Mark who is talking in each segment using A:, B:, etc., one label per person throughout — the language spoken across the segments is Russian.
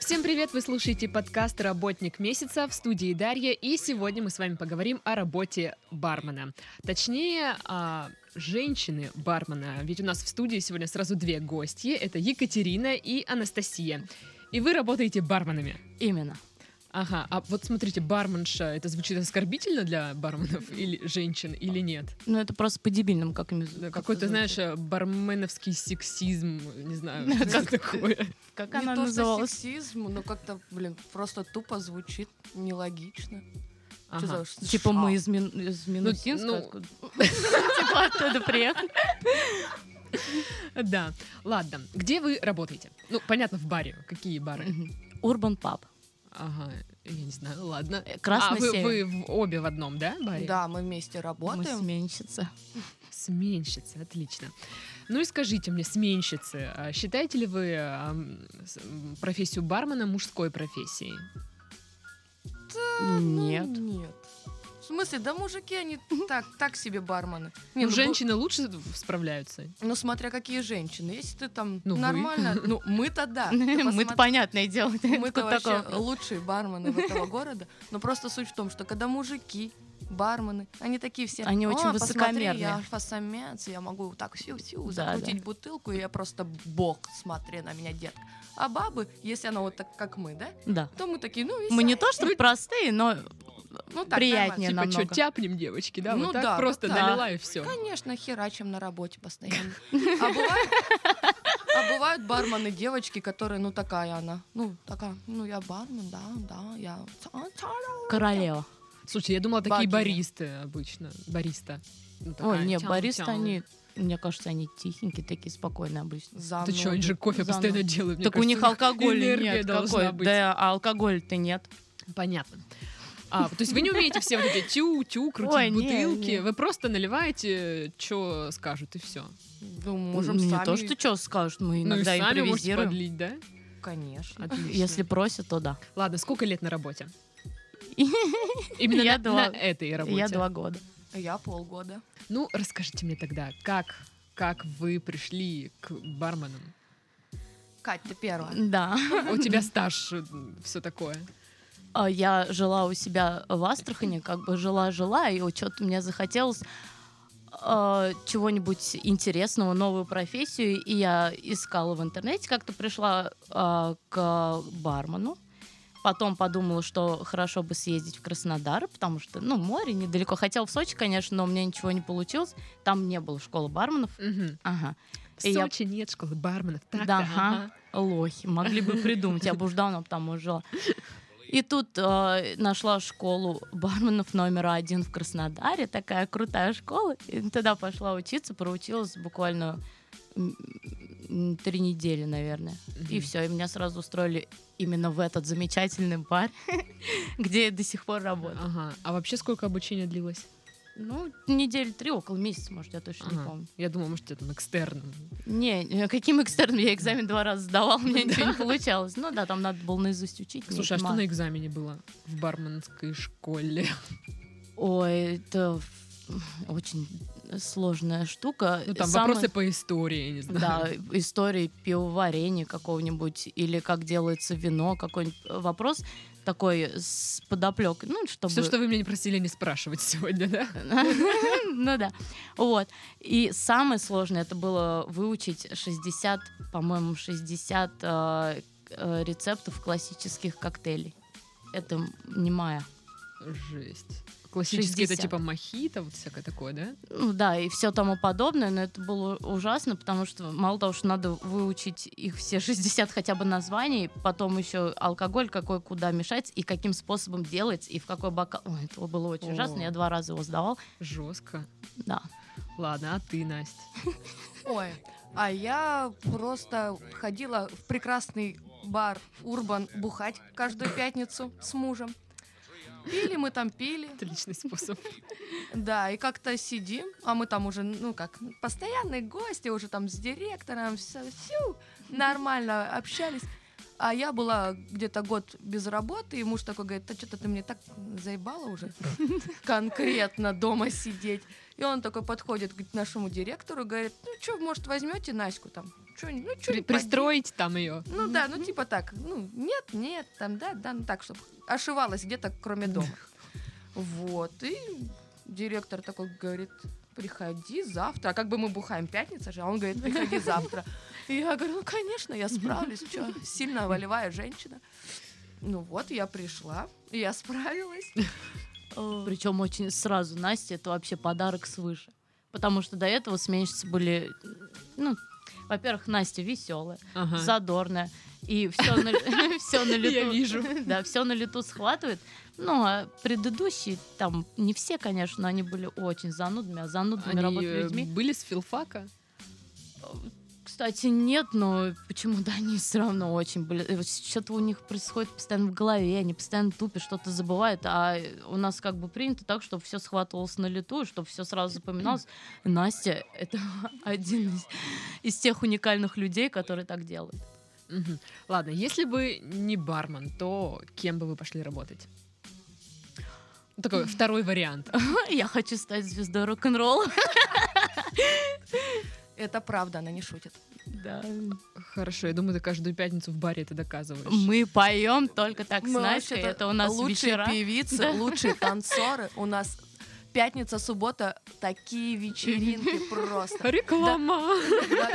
A: Всем привет! Вы слушаете подкаст «Работник месяца» в студии Дарья, и сегодня мы с вами поговорим о работе бармена. Точнее, о женщины-бармена, ведь у нас в студии сегодня сразу две гости, это Екатерина и Анастасия. И вы работаете барменами.
B: Именно.
A: Ага, а вот смотрите, барменша, это звучит оскорбительно для барменов или женщин или нет?
B: Ну, это просто по-дебильному, как им...
A: Да, Какой-то, знаешь, э, барменовский сексизм, не знаю,
B: Да,
A: что
B: как-
A: такое.
B: Как
C: не
B: она
C: то,
B: называлась?
C: что сексизм, но как-то, блин, просто тупо звучит нелогично. Чё
A: Ага.
C: за ш-
B: Типа
C: ша?
B: мы из, Мин- из Минусинска.
A: ну-
B: откуда- Типа оттуда приехали.
A: Да, ладно. Где вы работаете? Ну, понятно, в баре. Какие бары?
B: Мгм. Урбан паб.
A: Ага, я не знаю, ладно.
B: Э,
A: А
B: Красный
A: вы,
B: север.
A: вы в- обе в одном, да, баре?
C: Да, мы вместе
B: Мы
C: работаем.
B: сменщицы.
A: Сменщицы, отлично. Ну и скажите мне, сменщицы, а считаете ли вы ам, с- м, профессию бармена мужской профессией?
C: Ну,
B: Нет.
C: Нет. В смысле, да мужики, они так, так себе бармены.
A: Ну,
C: Не, ну, бу-
A: женщины лучше справляются.
C: Ну, смотря какие женщины. Если ты там
A: Ну, вы.
C: нормально, ну, мы-то да. Ты
B: Мы-то
C: посмотри-
B: понятное дело.
C: Мы-то
B: Откуда
C: вообще
B: такое?
C: лучшие бармены в этого города. Но просто суть в том, что когда мужики, бармены, они такие все...
B: Они
C: «О,
B: очень
C: посмотри,
B: высокомерные.
C: я фасамец, я могу вот так сю-сю
B: Да,
C: закрутить бутылку, и я просто бог, смотри на меня, детка. А бабы, если она вот так, как мы, да,
B: Да.
C: то мы такие, ну,
B: Мы не
C: висят.
B: то, что простые, но
C: Ну, так,
B: приятнее
A: типа,
C: нормально.
A: что,
B: намного.
A: тяпнем, девочки, да?
C: Ну
A: вот так
C: да,
A: просто
C: вот
B: так.
A: налила и все.
C: Конечно, херачим на работе постоянно. А бывают, а бывают бармены девочки, которые, ну, такая она. Ну, такая, ну, я бармен, да, да, я...
B: королева.
A: Слушай, я думала, такие
C: Богиня.
A: баристы обычно. Бариста. Ну,
B: Ой,
A: такая
B: не,
A: тян-
B: баристы,
A: тян.
B: они, мне кажется, они тихенькие, такие спокойные обычно.
C: За
A: Ты что,
C: мной.
A: они же кофе
B: ну, за
A: постоянно
B: мной.
A: делают. мне
B: Так у них
A: кажется.
B: алкоголя
A: энергия
B: нет.
A: должна
B: какой.
A: быть.
B: Да, а алкоголя-то нет.
A: Понятно. А, то есть вы не умеете все вот эти тю-тю, крутить
B: Ой, не,
A: бутылки.
B: не.
A: Вы просто наливаете, что скажут, и все.
C: Ну, можем
B: не
C: сами.
B: то, что что скажут, мы
A: ну и
B: иногда
A: сами можете
B: импровизируем.
A: подлить, да?
C: Конечно.
A: Отлично.
B: Если просят, то да.
A: Ладно, сколько лет на работе? Именно
B: Я
A: на,
B: два.
A: на этой работе.
B: Я два года.
C: Я полгода.
A: Ну, расскажите мне тогда, как, как вы пришли к барменам?
C: Кать, ты первая.
B: Да.
A: У тебя стаж, все такое.
B: А Я жила у себя в Астрахани, как бы жила-жила, и что-то мне захотелось э, чего-нибудь интересного, новую профессию, и я искала в интернете, как-то пришла э, к бармену, потом подумала, что хорошо бы съездить в Краснодар, потому что, ну, море недалеко, хотела в Сочи, конечно, но у меня ничего не получилось, там не было школы барменов,
A: Мгм.
B: ага,
A: В
B: И я-
A: Сочи нет школы барменов. Так-то,
B: Да,
A: ага.
B: ага. Лохи, могли бы придумать, я бы уж давно бы там уже жила. И тут э, нашла школу барменов номер один в Краснодаре, такая крутая школа. И тогда пошла учиться, проучилась буквально м, м, три недели, наверное. И
A: Мгм.
B: все, и меня сразу устроили именно в этот замечательный бар, где я до сих пор работаю.
A: Ага. А вообще сколько обучение длилось?
B: Ну, недели три, около месяца, может, я точно не
A: Ага.
B: помню.
A: Я думала, может, это там экстерном.
B: Не, э, каким экстерном я экзамен два раза сдавала, у меня ничего не получалось. Ну да, там надо было наизусть учить. мне
A: Слушай, а
B: это
A: что
B: мало.
A: на экзамене было в барменской школе?
B: Э, Ой, это в- очень сложная штука.
A: Ну, там
B: Самое-
A: вопросы по истории, я не знаю.
B: Да, истории пивоварения какого-нибудь или как делается вино, какой-нибудь вопрос такой с подоплекой. Ну, чтобы...
A: Все, что вы меня не просили не спрашивать сегодня, да?
B: Ну да. Вот. И самое сложное это было выучить 60, по-моему, 60 э, э, рецептов классических коктейлей. Это м- не моя.
A: Жесть. Классические это
B: 60.
A: типа мохито, вот всякое такое, да?
B: Ну да, и все тому подобное, но это было ужасно, потому что мало того, что надо выучить их все 60 хотя бы названий, потом еще алкоголь, какой куда мешать, и каким способом делать, и в какой бокал. Ой, это было очень
A: О.
B: ужасно, я два раза его сдавал.
A: Жестко.
B: Да.
A: Ладно, а ты, Настя?
C: Ой, а я просто ходила в прекрасный бар Урбан бухать каждую пятницу с мужем. Пили мы там, пили.
A: Отличный способ.
C: Да, и как-то сидим, а мы там уже, ну как, постоянные гости, уже там с директором, все, нормально общались. А я была где-то год без работы, и муж такой говорит, да что-то ты мне так заебала уже конкретно дома сидеть. И он такой подходит к нашему директору, говорит, ну что, может, возьмете Наську там? Чё, ну, чё,
A: При-
C: не поди-
A: пристроить там ее.
C: Ну да, ну типа так, ну нет, нет, там да, да, ну так, чтобы ошивалась где-то, кроме дома. Вот, и директор такой говорит, приходи завтра. А как бы мы бухаем пятница же, а он говорит, приходи завтра. И я говорю, ну конечно, я справлюсь, чё, сильная волевая женщина. Ну вот, я пришла, и я справилась. Э,
B: Причем очень сразу Настя это вообще подарок свыше. Потому что до этого сменщицы были, ну, во-первых, Настя веселая,
A: Ага.
B: задорная. И все на, всё на лету.
A: Я вижу.
B: Да, все на лету схватывает. Ну, а предыдущие, там, не все, конечно, но они были очень занудными, а занудными
A: Они
B: работали
A: э,
B: людьми.
A: были с филфака?
B: Кстати, нет, но почему-то они все равно очень были. И вот Что-то у них происходит постоянно в голове, они постоянно тупят, что-то забывают. А у нас как бы принято так, чтобы все схватывалось на лету, чтобы все сразу запоминалось. Настя — это один из, из тех уникальных людей, которые так делают.
A: Мгм. Ладно, если бы не бармен, то кем бы вы пошли работать? Ну, Такой второй вариант.
B: Ну, Я хочу стать звездой рок-н-ролла.
C: Это правда, она не шутит.
B: Да.
A: Хорошо, я думаю, ты каждую пятницу в баре это доказываешь.
B: Мы поем только так с
C: Мы
B: Настей.
C: вообще-то
B: Это у нас
C: лучшие
B: вечера.
C: певицы,
B: Да.
C: лучшие танцоры. У нас пятница, суббота такие вечеринки просто.
A: Реклама!
C: Да.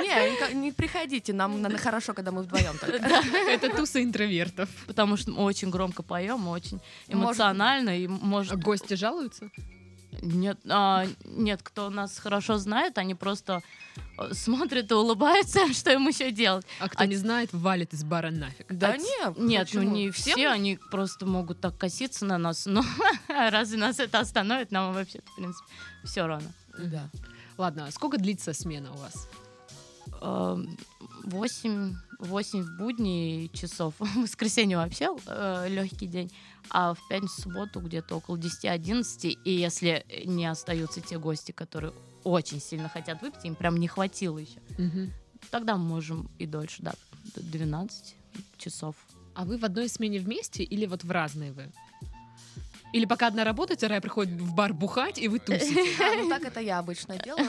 C: Не, не ка- не приходите, нам надо хорошо, когда мы вдвоем только.
A: Это туса интровертов.
B: Потому что мы очень громко поем, очень
C: Может-
B: эмоционально. И
A: А
B: может
A: гости жалуются?
B: Нет, а, нет, кто нас хорошо знает, они просто э, смотрят и улыбаются, что им еще делать.
A: А кто
B: А-
A: не знает, валит из бара нафиг.
C: Да
B: А т-
C: не,
B: Нет, ну
C: почему?
B: не все, они просто могут так коситься на нас, но разве нас это остановит? Нам вообще, в принципе, все равно.
A: Да. Ладно, а сколько длится смена у вас?
B: Э, Восемь, восемь в будни часов. В воскресенье вообще легкий день. А в пятницу, субботу где-то около 10-11. И если не остаются те гости, которые очень сильно хотят выпить, им прям не хватило еще.
A: Мгм.
B: Тогда мы можем и дольше, да, до 12 часов.
A: А вы в одной смене вместе или вот в разные вы? Или пока одна работает, вторая приходит в бар бухать, и вы тусите?
C: А, ну так это я обычно делаю.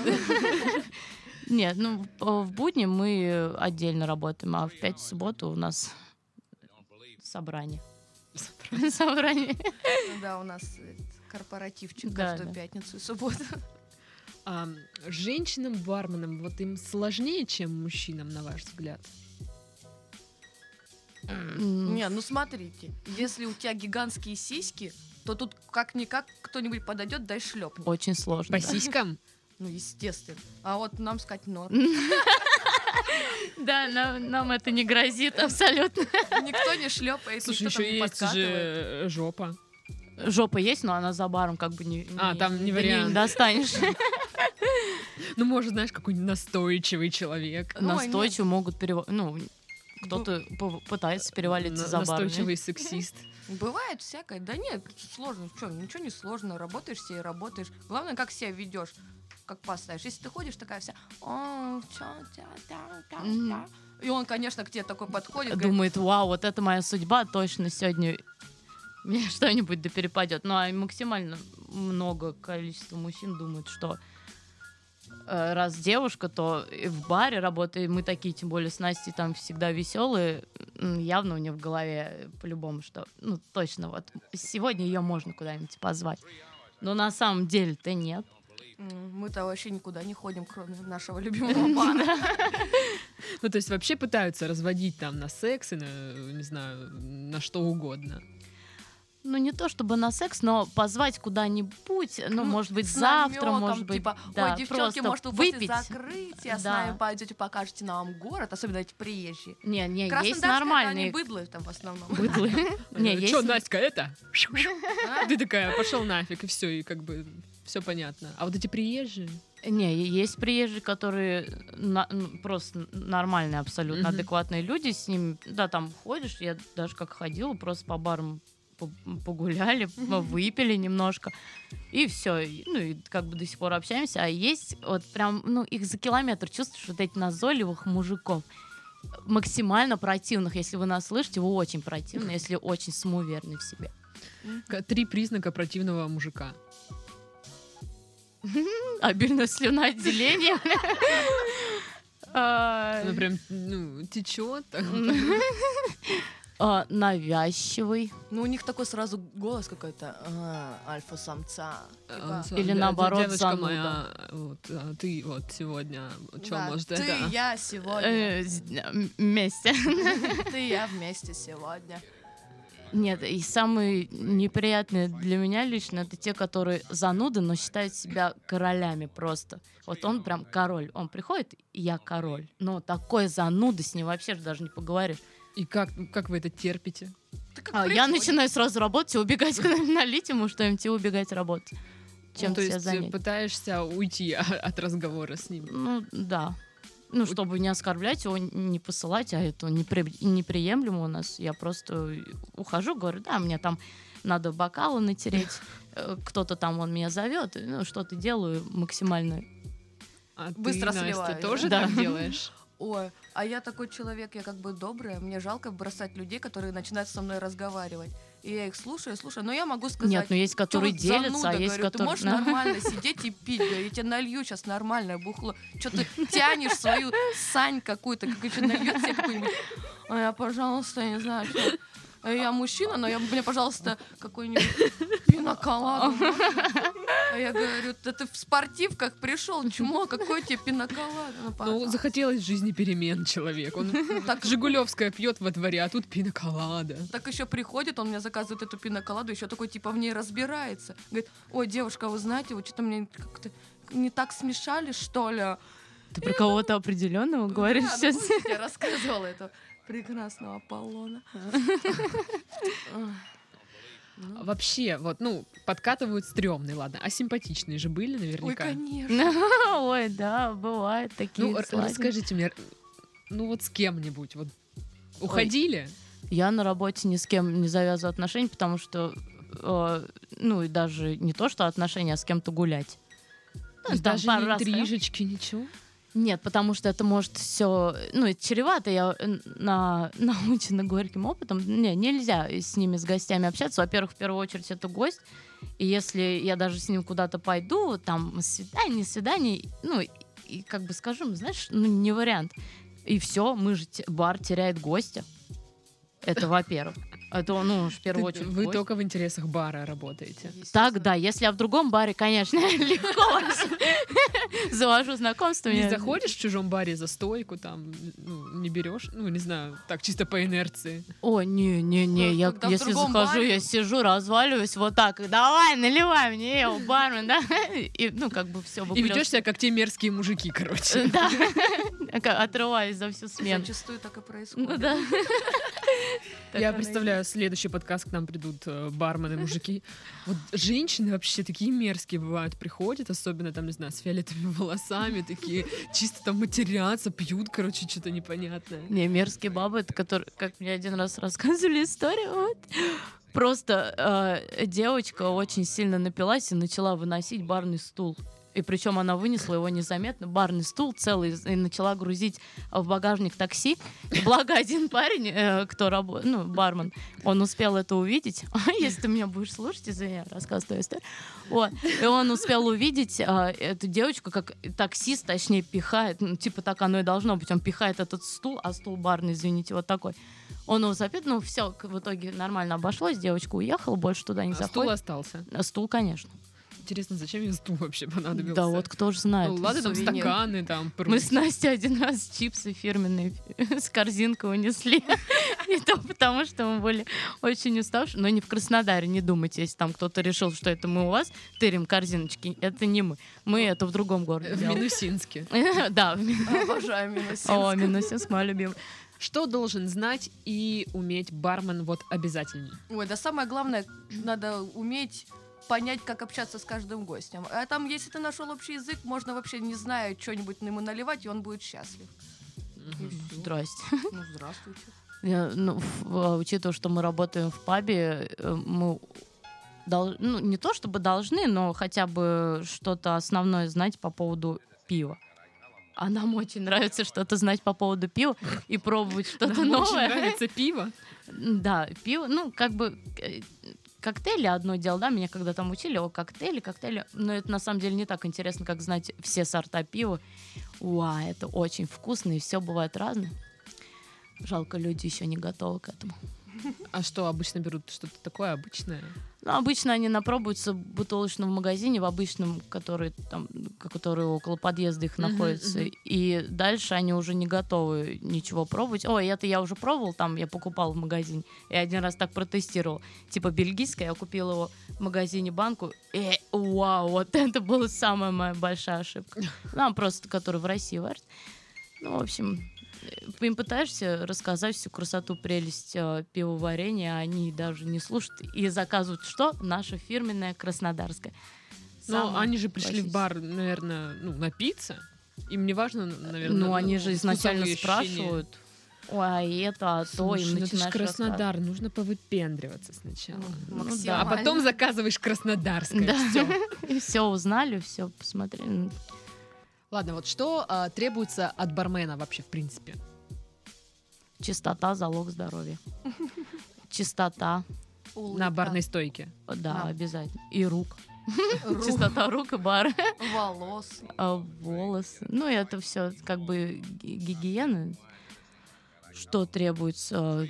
B: Нет, ну в- э, в будни мы отдельно работаем, а в 5 в субботу у нас собрание. Собрание.
C: Да, у нас э, корпоративчик
B: Да,
C: каждую
B: да.
C: пятницу и субботу.
A: А, Женщинам-барменам вот им сложнее, чем мужчинам, на ваш взгляд?
B: М,
C: Не, ну смотрите, если у тебя гигантские сиськи, то тут как-никак кто-нибудь подойдет, дай шлепнет.
B: Очень сложно.
A: По
B: да.
A: сиськам?
C: Ну, естественно. А вот нам сказать норм.
B: Да, нам нам это не грозит абсолютно.
C: Никто не шлепает,
A: Слушай,
C: никто там
A: еще
C: не
A: есть
C: подкатывает.
A: же э, жопа.
B: Жопа есть, но она за баром как бы не...
A: А, там не
B: до нее
A: вариант.
B: достанешь.
A: Ну, может, знаешь, какой-нибудь настойчивый человек.
C: Ну,
B: Настойчиво могут перевалить... Ну, кто-то пов- пытается перевалиться
A: На-
B: за баром.
A: Настойчивый сексист.
C: Бывает всякое. Да нет, сложно. Что, ничего не сложно. Работаешь себе и работаешь. Главное, как себя ведешь. Как поставишь. Если ты ходишь такая вся... «О, чё, тя, тя, тя, тя».
B: Мгм.
C: И он, конечно, к тебе такой подходит. говорит,
B: думает, вау, вот это моя судьба, точно сегодня мне что-нибудь да перепадет. Ну, а максимально много количество мужчин думают, что э, раз девушка, то и в баре работает, мы такие, тем более с Настей там всегда веселые, м, явно у нее в голове по-любому, что, ну, точно, вот, сегодня ее можно куда-нибудь позвать. Но на самом деле-то нет.
C: «М, Мы-то вообще никуда не ходим, кроме нашего любимого бара.
A: Ну, то есть вообще пытаются разводить там на секс и на, не знаю, на что угодно.
B: Ну, не то чтобы на секс, но позвать куда-нибудь, ну,
C: Ну,
B: может быть,
C: С
B: завтра,
C: намёком,
B: может быть,
C: типа,
B: да,
C: ой, девчонки,
B: просто
C: может, вы
B: выпить.
C: после закрытия с
B: Да.
C: нами пойдете, покажете нам город, особенно эти приезжие.
B: Не, не, есть
C: Краснодарские, это они
B: нормальные
C: быдлы там в основном.
B: быдлы. Не,
A: Че,
B: есть...
A: Э, Настя, это?
C: А?
A: Ты такая, пошел нафиг, и все, и как бы все понятно. А вот эти приезжие,
B: Не, есть приезжие, которые на- ну, просто нормальные, абсолютно
A: Мгм.
B: адекватные люди. С ними, да, там ходишь, я даже как ходила, просто по барам по- погуляли, выпили немножко, и все. Ну, и как бы до сих пор общаемся. А есть вот прям, ну, их за километр чувствуешь вот этих назойливых мужиков. максимально противных. Если вы нас слышите, вы очень противны, если очень самоуверенны в себе.
A: К- Три признака противного мужика.
B: Обильное слюноотделение. А,
A: Она прям, ну, течет.
B: типа. а, Навязчивый.
C: Ну, у них такой сразу голос какой-то а, альфа-самца.
A: А,
C: Типа,
B: Или наоборот,
A: девочка
B: зануда.
A: моя, вот, а ты вот сегодня, что
C: да,
A: может
C: ты и
A: это?
C: я сегодня,
B: а? Э, с- м- Вместе.
C: ты и я вместе сегодня.
B: Нет, и самые неприятные для меня лично это те, которые зануды, но считают себя королями просто. Вот он прям король. Он приходит, и я король. Но такой зануда с ним вообще же даже не поговоришь.
A: И как, как вы это терпите?
D: Ты как
B: А я
D: придурок.
B: начинаю сразу работать и убегать куда-нибудь на литиум, что МТ убегать работать. Чем
A: Ну, то
B: себя
A: есть э,
B: занять.
A: пытаешься уйти а, от разговора с ним.
B: Ну, да. Ну, чтобы не оскорблять его, не посылать, а это непри- неприемлемо у нас. Я просто э, ухожу, говорю, да, мне там надо бокалы натереть, э, кто-то там, он меня зовет, ну, что-то делаю максимально.
A: А
C: Быстро
A: ты, Настя,
C: сливаюсь,
A: тоже
B: да?
A: так
B: Да.
A: делаешь?
C: Ой, а я такой человек, я как бы добрая, мне жалко бросать людей, которые начинают со мной разговаривать. И я их слушаю, слушаю, но я могу сказать...
B: Нет, ну есть,
C: «Чё
B: которые
C: вот
B: делятся,
C: зануда?»
B: а есть,
C: говорю, ты
B: которые...
C: можешь
B: Да.
C: нормально сидеть и пить, говорю, я тебе налью сейчас нормальное бухло. Что ты тянешь свою сань какую-то, как еще нальет себе какую-нибудь. А я, пожалуйста, я не знаю, чё. А Я мужчина, но я, мне, пожалуйста, какой-нибудь пиноколаду. А я говорю, да ты в спортивках пришел, чмо, какой тебе пиноколад?
A: Ну, захотелось в жизни перемен человек. Он
C: Ну, так
A: Жигулевская пьет во дворе, а тут пинаколада.
C: Так еще приходит, он мне заказывает эту пиноколаду, еще такой типа в ней разбирается. Говорит, ой, девушка, а вы знаете, вы что-то мне как-то не так смешали, что ли?
B: Ты про кого-то определенного говоришь
C: Да, ну,
B: сейчас?
C: помните, Я рассказывала этого прекрасного Аполлона. Ой. Ну,
A: Вообще, вот, ну, подкатывают стрёмные, ладно, а симпатичные же были
C: Ой,
A: наверняка.
C: конечно.
B: Ой, да, бывают такие.
A: ну, р-
B: слазники.
A: расскажите мне, ну вот с кем-нибудь, вот уходили?
B: Я на работе ни с кем не завязываю отношения, потому что, э, ну и даже не то, что отношения, а с кем-то гулять. Ну,
A: То есть
B: там
A: даже
B: пару
A: не
B: раз, да?
A: интрижечки, ничего?
B: Нет, потому что это может все, ну, это чревато, я э, на, научена горьким опытом. Не, нельзя с ними, с гостями общаться. Во-первых, в первую очередь это гость, и если я даже с ним куда-то пойду, там, свидание, не свидание, ну, и- и как бы скажем, знаешь, ну, не вариант. И все, мы же, те- бар теряет гостя. Это во-первых. Это, ну, в первую
A: Ты-
B: очередь
A: Вы
B: гость.
A: только в интересах бара работаете.
B: Так, да, если я в другом баре, конечно, легко вообще. завожу знакомство.
A: Не
B: я-
A: заходишь в чужом баре за стойку, там, ну, не берешь, ну, не знаю, так, чисто по инерции.
B: О, не-не-не,
C: Ну,
B: я
C: когда в
B: если
C: другом
B: захожу,
C: баре-
B: я сижу, разваливаюсь вот так, и давай, наливай мне, эй, бармен, да? И, ну, как бы все
A: И ведешь себя, как те мерзкие мужики, короче.
B: Да, Как отрываюсь за всю смену.
C: Зачастую так и
B: Ну
C: происходит.
B: да. Так оно
A: Я
B: и
A: представляю, следующий подкаст к нам придут э, бармены, мужики. Вот женщины вообще такие мерзкие бывают, приходят, особенно там, не знаю, с фиолетовыми волосами, такие чисто там матерятся, пьют, короче, что-то непонятное.
B: Не, мерзкие бабы, это которые, как мне один раз рассказывали историю, вот. Просто э, девочка очень сильно напилась и начала выносить барный стул. И причем она вынесла его незаметно, барный стул целый, и начала грузить в багажник такси. И Благо один парень, э, кто работает, ну, бармен, он успел это увидеть. Если ты меня будешь слушать, извини, я рассказываю твою историю. Вот. И он успел увидеть а, эту девочку, как таксист, точнее, пихает, ну, типа так оно и должно быть, он пихает этот стул, а стул барный, извините, вот такой. Он его запит, ну все, в итоге нормально обошлось, девочка уехала, больше туда не
A: А стул
B: заходит.
A: остался.
B: А Стул, конечно.
A: Интересно, зачем ей стул вообще понадобился?
B: Да вот кто же
A: Ну,
B: знает.
A: ладно, там
B: Сувенир.
A: стаканы, там
B: Мы
A: прутики.
B: с Настей один раз чипсы фирменные с корзинкой унесли. И то потому, что мы были очень уставшие. Но не в Краснодаре, не думайте, если там кто-то решил, что это мы у вас, тырим корзиночки. Это не мы. Мы это в другом городе
A: В
B: делали.
A: Минусинске.
B: Да, в Ми-
C: Обожаю Минусинск.
B: о, Минусинск, мой любимый.
A: Что должен знать и уметь бармен вот обязательно?
C: Ой, да самое главное, надо уметь понять, как общаться с каждым гостем. А там, если ты нашел общий язык, можно вообще, не зная, что-нибудь ему наливать, и он будет счастлив. И
A: Мгм.
C: всё.
B: Здрасте.
C: Ну, здравствуйте.
B: Я, ну, ф- а, учитывая, что мы работаем в пабе, э, мы дол- ну, не то чтобы должны, но хотя бы что-то основное знать по поводу пива. А нам очень нравится что-то знать по поводу пива и пробовать что-то
A: Нам очень
B: новое.
A: нравится пиво.
B: Да, пиво, ну, как бы э, коктейли одно дело, да, меня когда там учили о коктейле, коктейле, но это на самом деле не так интересно, как знать все сорта пива. Уа, это очень вкусно, и все бывает разное. Жалко, люди еще не готовы к этому.
A: А что, обычно берут что-то такое обычное?
B: Ну, обычно они напробуются в бутылочном магазине, в обычном, который там, к- который около подъезда их
A: Мгм,
B: находится.
A: мгм.
B: И дальше они уже не готовы ничего пробовать. Ой, это я уже пробовал, там я покупал в магазине. Я один раз так протестировал. Типа бельгийское, я купила его в магазине банку. Э, вау, вот это была самая моя большая ошибка. Нам Ну, а просто, который в России варит. Ну, в общем, э, им пытаешься рассказать всю красоту, прелесть э, пивоварения, а они даже не слушают и заказывают что? Наше фирменное краснодарское.
A: Ну,
B: Самое
A: они же пришли в
B: классическое.
A: бар, наверное, ну, напиться. Им не важно, наверное.
B: ну, они же изначально
A: вкусовые ощущения.
B: спрашивают. Ой, и это, а то,
A: Слушай,
B: им
A: ну это же
B: начинаешь рассказывать.
A: Краснодар, нужно повыпендриваться сначала.
B: Ну да.
A: Да, а потом заказываешь краснодарское.
B: Да.
A: всё.
B: И все узнали, все посмотрели. Ну,
A: Ладно, вот что а, требуется от бармена вообще, в принципе?
B: Чистота – залог здоровья. Чистота,
A: На барной стойке.
B: да,
C: Да.
B: обязательно. И рук.
C: Рук,
B: Чистота рук и бар.
C: волос.
B: А, волосы. Ну, это все как бы ги- гигиена. Что требуется? э,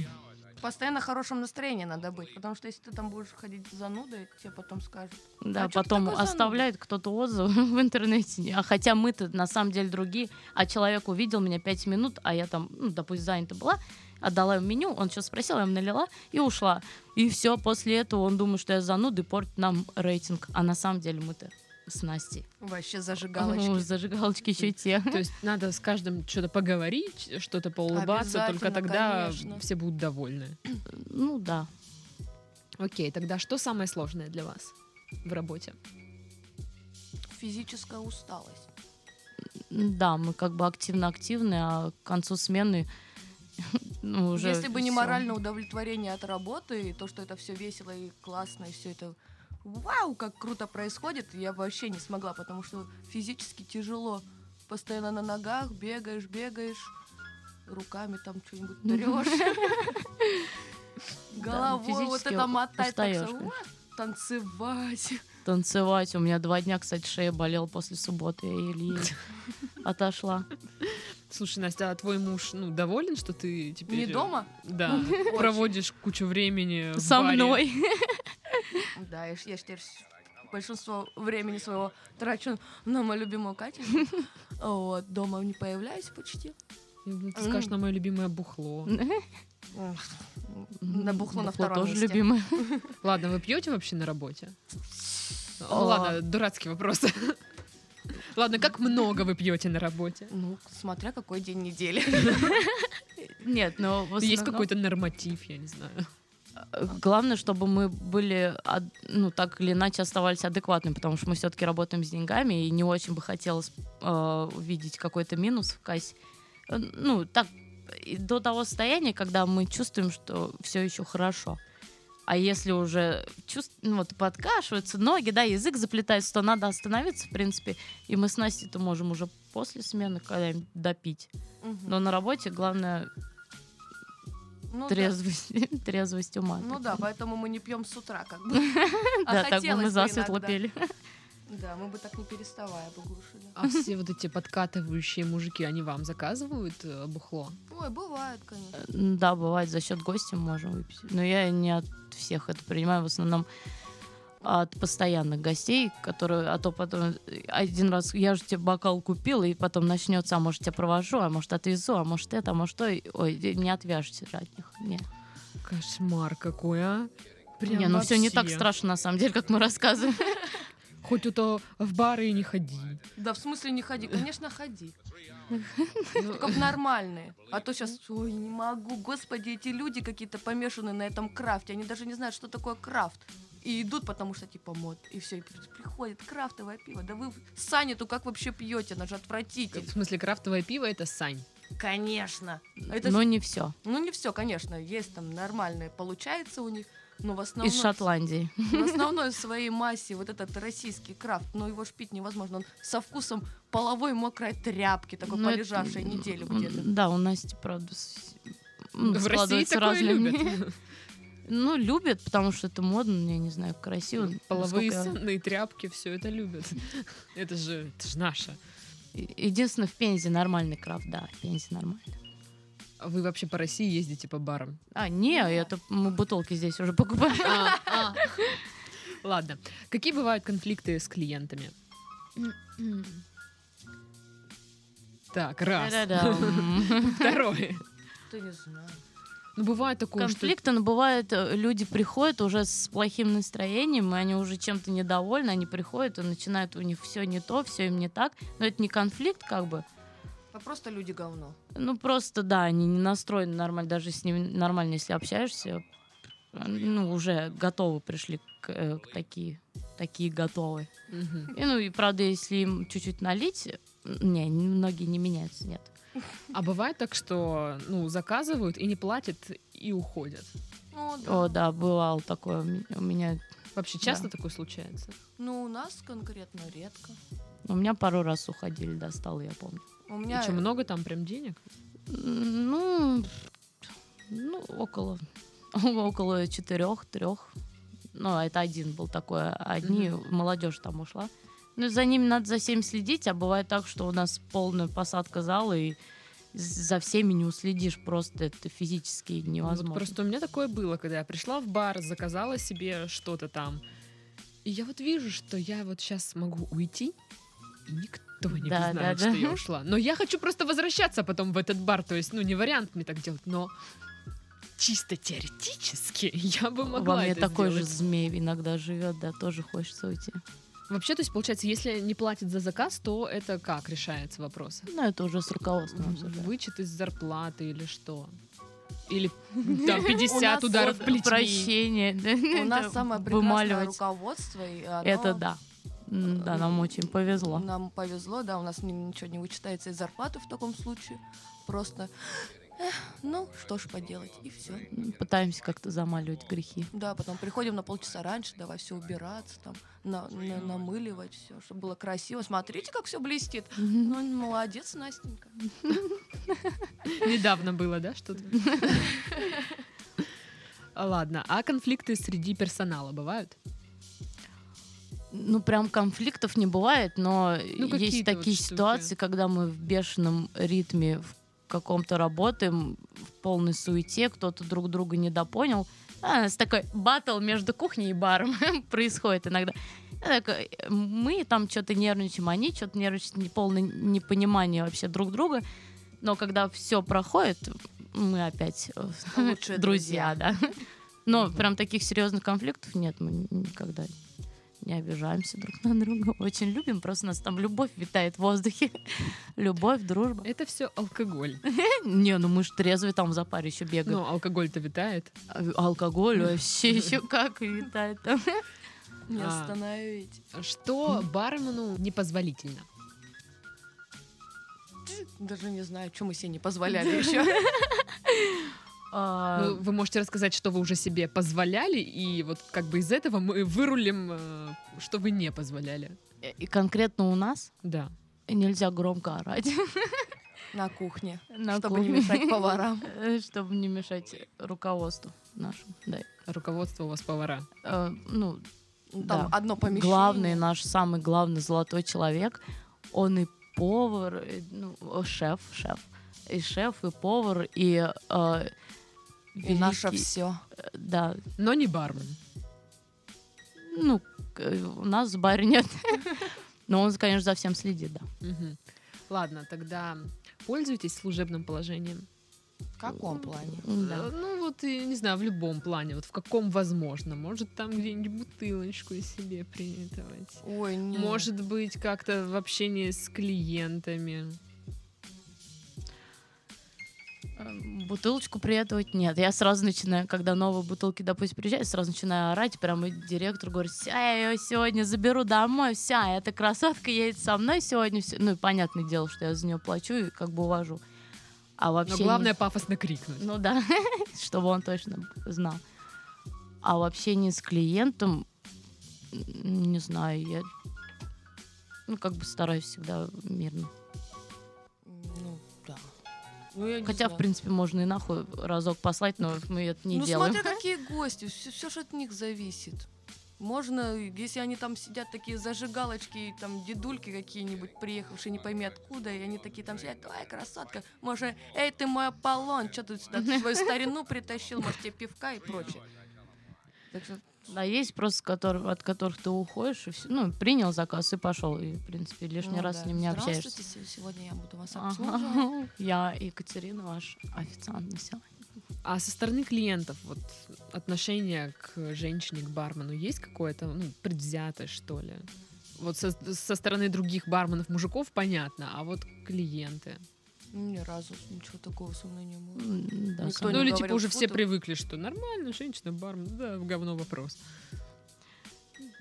C: Постоянно в хорошем настроении надо быть, потому что если ты там будешь ходить занудой, тебе потом скажут.
B: Да,
C: А чё ты
B: потом
C: такой зануда?
B: оставляет кто-то отзыв в интернете. А хотя мы-то на самом деле другие. А человек увидел меня пять минут, а я там, ну, допустим, занята была, отдала ему меню, он что-то спросил, я ему налила и ушла. И все, после этого он думает, что я зануда и портит нам рейтинг. А на самом деле мы-то с Настей.
C: Вообще
B: О,
C: зажигалочки.
B: зажигалочки еще те.
A: То есть надо с каждым что-то поговорить, что-то поулыбаться, только
C: Обязательно,
A: тогда
C: конечно.
A: все будут довольны.
B: Ну да.
A: Окей, тогда что самое сложное для вас в работе?
C: Физическая усталость.
B: Да, мы как бы активно-активны, а к концу смены ну, уже
C: Если бы не
B: всё.
C: моральное удовлетворение от работы, и то, что это все весело и классно, и все это вау, как круто происходит, я вообще не смогла, потому что физически тяжело. Постоянно на ногах бегаешь, бегаешь, руками там что-нибудь
B: Ну
C: трешь. Головой вот
B: физически
C: это мотать, так
B: устаёшь,
C: что, «Уа, танцевать.
B: танцевать. У меня два дня, кстати, шея болела после субботы. Я еле отошла.
A: Слушай, Настя, а твой муж, ну, доволен, что ты теперь...
C: Не
A: э,
C: дома?
A: Да, проводишь кучу времени в
B: Со
A: баре.
B: мной.
C: Да, я, ж- я ж теперь с- большинство времени своего трачу на мою любимую Катю. Вот, дома не появляюсь почти.
A: Ну, Ты скажешь, на мое любимое бухло.
C: Набухла на
B: Бухло
C: втором
B: тоже
C: месте.
B: любимая.
A: Ладно, вы пьете вообще на работе? Ну,
B: А.
A: Ладно, дурацкий вопрос. Ладно, как много вы пьете на работе?
C: Ну, смотря какой день недели.
B: Нет, но в
A: Есть
B: основном-
A: какой-то норматив, я не знаю.
B: Э, Главное, чтобы мы были, ад- ну, так или иначе оставались адекватными, потому что мы все-таки работаем с деньгами, и не очень бы хотелось э, увидеть какой-то минус в кассе. Э, Ну, так, и до того состояния, когда мы чувствуем, что все еще хорошо. А если уже чувств... ну, вот, подкашиваются ноги, да, язык заплетается, то надо остановиться, в принципе. И мы с Настей-то можем уже после смены когда-нибудь допить. Но
C: Мгм.
B: на работе главное
C: Ну да.
B: трезвость, трезвость ума.
C: Ну
B: так
C: да, поэтому мы не пьем с утра, как бы. А
B: Да, так бы
C: хотелось
B: мы
C: бы
B: засветло
C: иногда.
B: пели.
C: Да, мы бы так не переставая бы глушили.
A: А все вот эти подкатывающие мужики, они вам заказывают э, бухло?
C: Ой, бывает, конечно.
B: Да, бывает, за счет гостя можем выпить. Но я не от всех это принимаю, в основном от постоянных гостей, которые, а то потом э, один раз я же тебе бокал купила, и потом начнется, а может, тебя провожу, а может, отвезу, а может, это, а может, то, и- ой, и не отвяжешься же от них. Не,
A: Кошмар какой, а? Прям
B: не ну все не так
A: вообще.
B: страшно, на самом деле, как мы рассказываем.
A: Хоть это в бары и не ходи.
C: Да, в смысле не ходи? Конечно, ходи.
A: Ну,
C: Только в нормальные. А то сейчас, ой, не могу, господи, эти люди какие-то помешаны на этом крафте. Они даже не знают, что такое крафт. И идут, потому что типа мод. И все, и при- приходит крафтовое пиво. Да вы Саня, то как вообще пьете? Она же
A: В
C: отвратитель.
A: смысле, крафтовое пиво это сань.
C: Конечно. Это
B: Но
C: ж-
B: не все.
C: ну не все, конечно, есть там нормальные, получается у них, но в основном...
B: Из Шотландии.
C: В основной своей массе вот этот российский крафт, но его ж пить невозможно. Он со вкусом половой мокрой тряпки, такой
B: Ну, это-
C: полежавшей неделю
B: м,
C: где-то.
B: Да, у Насти, правда, с- м,
A: В России
B: складывается
A: такое
B: разными.
A: любят.
B: Ну, любят, потому что это модно, ну, я не знаю, красиво.
A: Ну, Половые
B: насколько я-
A: сонные тряпки, все это любят. Это же, это же наше.
B: Е- Единственное, в Пензе нормальный крафт, да, в Пензе нормально.
A: А Вы вообще по России ездите по барам?
B: А, не, это мы бутылки здесь уже покупаем.
A: А, а. Ладно. Какие бывают конфликты с клиентами? Так, раз.
B: Да-да-да.
A: Второе.
C: Ты не знаю.
A: Ну, бывает такое, что...
B: Конфликты, но бывает, э, люди приходят уже с плохим настроением, и они уже чем-то недовольны, они приходят и начинают у них все не то, все им не так. Но это не конфликт, как бы.
C: А просто люди говно.
B: Ну, просто, да, они не настроены нормально, даже с ними нормально, если общаешься, э, ну, уже готовы пришли к, э, к такие, такие готовы.
A: Мгм.
B: И, ну, и правда, если им чуть-чуть налить, э, не, не- многие не меняются, нет.
A: А бывает так, что ну, заказывают и не платят, и уходят.
C: Ну, да.
B: О, да, бывало такое у ме- у меня,
A: Вообще
B: Да.
A: часто такое случается?
C: Ну, у нас конкретно редко.
B: у меня пару раз уходили до стола, я помню.
C: У
A: И
C: меня...
A: чё, много там прям денег?
B: М, Ну, ну около, около четырех, трех. Ну, это один был такой. Одни молодежь там ушла. Ну, за ними надо за всеми следить, а бывает так, что у нас полная посадка зала, и за всеми не уследишь, просто это физически
A: Ну, вот
B: невозможно.
A: просто у меня такое было, когда я пришла в бар, заказала себе что-то там. И я вот вижу, что я вот сейчас могу уйти, и никто не
B: Да,
A: знает,
B: да, да.
A: что я ушла. Но я хочу просто возвращаться потом в этот бар. То есть, ну, не вариант мне так делать, но чисто теоретически я бы могла
B: Во мне
A: это
B: такой
A: сделать.
B: же змей иногда живет, да, тоже хочется уйти.
A: Вообще, то есть, получается, если не платят за заказ, то это как решается вопрос?
B: Ну, это уже с руководством
A: В-
B: обсуждать.
A: Вычет из зарплаты или что? Или там
C: У
A: 50
C: нас
A: ударов
C: вот
A: плетьми.
B: Прощение.
C: У нас самое прекрасное
B: вымаливать.
C: руководство. и оно-
B: Это да. М, Да, нам очень повезло.
C: Нам повезло, да, у нас ни- ничего не вычитается из зарплаты в таком случае. Просто, «Эх, ну, что ж поделать, и все.
B: Пытаемся как-то замаливать грехи.
C: Да, потом приходим на полчаса раньше, давай все убираться, там, на- на- намыливать все, чтобы было красиво. Смотрите, как все блестит. Ну, молодец, Настенька.
A: Недавно было, да, что-то? Ладно, а конфликты среди персонала бывают?
B: Ну, прям конфликтов не бывает, но
A: какие-то
B: есть такие
A: вот штуки.
B: ситуации, когда мы в бешеном ритме в каком-то работаем, в полной суете, кто-то друг друга недопонял. А, у нас такой батл между кухней и баром происходит иногда. Я такая, мы там что-то нервничаем, они что-то нервничают, не- полное непонимание вообще друг друга. Но когда все проходит, мы опять э,
C: Лучшие
B: друзья, да. Но прям таких серьезных конфликтов нет, мы н- никогда не обижаемся друг на друга. Очень любим, просто у нас там любовь витает в воздухе. Любовь, дружба. Э,
A: Это все алкоголь.
B: Не, ну мы ж трезвые там за паре еще бегаем.
A: Но алкоголь-то витает.
B: Ну, А Алкоголь вообще еще как витает там.
C: Не
A: А.
C: остановить.
A: Что бармену непозволительно?
C: Даже не знаю, что мы себе не позволяли еще.
B: А,
A: Ну, вы можете рассказать, что вы уже себе позволяли, и вот как бы из этого мы вырулим, э, что вы не позволяли.
B: И конкретно у нас
A: Да.
B: нельзя громко орать.
C: На кухне.
B: на
C: чтобы не
B: кухне.
C: мешать поварам.
B: Э, Чтобы не мешать руководству нашему. Да.
A: Руководство у вас повара.
B: Э, Ну,
C: Ну,
B: Да.
C: Там одно помещение.
B: главный наш самый главный золотой человек, он и повар, и, ну, о, шеф, шеф, и шеф, и повар, и э,
C: И наше
B: великий,
C: все.
B: э, да,
A: Но не бармен.
B: ну к- э, у нас в баре нет, но он, конечно, за всем следит, да.
A: Мгм. Ладно, тогда пользуйтесь служебным положением.
C: В каком плане?
A: Э,
B: Да.
A: Ну вот, и, не знаю, в любом плане, вот в каком возможно. Может там где-нибудь бутылочку себе принятовать.
C: Ой, не.
A: Может быть, как-то в общении с клиентами.
B: Э, Бутылочку приятывать нет. Я сразу начинаю, когда новые бутылки, допустим, приезжают, сразу начинаю орать, прямо директор говорит, «Ся, я ее сегодня заберу домой, вся, эта красотка едет со мной сегодня. всё». Ну, и понятное дело, что я за нее плачу и как бы увожу. А
A: Но
B: вообще... не
A: главное пафосно крикнуть.
B: Ну да, чтобы он точно знал. А вообще не с клиентом, м, не знаю, я ну, как бы стараюсь всегда мирно.
C: Ну, да. Ну, я не
B: Хотя, в
C: знаю.
B: принципе, можно и нахуй разок послать, но мы это не
C: ну,
B: делаем.
C: смотря какие гости, все, же от них зависит. Можно, если они там сидят, такие зажигалочки, там дедульки какие-нибудь приехавшие, не пойми откуда, и они такие там сидят, ой, красотка, может, эй, ты мой Аполлон, что ты сюда ты свою старину притащил, может, тебе пивка и прочее. Так что,
B: Да, есть просто, которые, от которых ты уходишь, и все, ну, принял заказ и пошел, и, в принципе, лишний
C: ну
B: раз
C: да.
B: с ним не
C: Здравствуйте,
B: общаешься.
C: се- сегодня я буду вас
B: Ага.
C: обслуживать. Ну,
B: Я Екатерина, ваш официант на сегодня.
A: А со стороны клиентов вот отношение к женщине, к бармену есть какое-то ну, предвзятое, что ли? Вот со, со стороны других барменов мужиков понятно, а вот клиенты.
C: Ни разу ничего такого со мной не было.
B: М, да,
C: Никто
B: сам-
C: не
A: ну или типа
C: говорил,
A: уже
C: фу,
A: все
C: ты-
A: привыкли, что нормально, женщина, бармен, да, говно вопрос.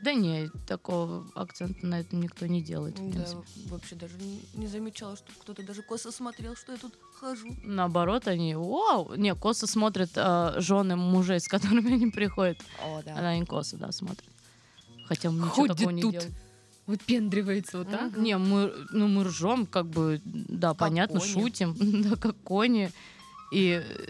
B: Да не, такого акцента на это никто не делает, в
C: Да,
B: принципе.
C: вообще даже не, не замечала, что кто-то даже косо смотрел, что я тут хожу.
B: Наоборот, они, вау, не, косо смотрят э, жены мужей, с которыми они приходят.
D: О, да.
B: Она не косо, да, смотрит. Хотя мы ничего
A: Ходит
B: такого не А,
A: тут.
B: делаем.
A: Выпендривается вот так.
B: Не, мы, ну, мы ржем, как бы, да, понятно,
C: кони.
B: шутим, да, как кони. И э,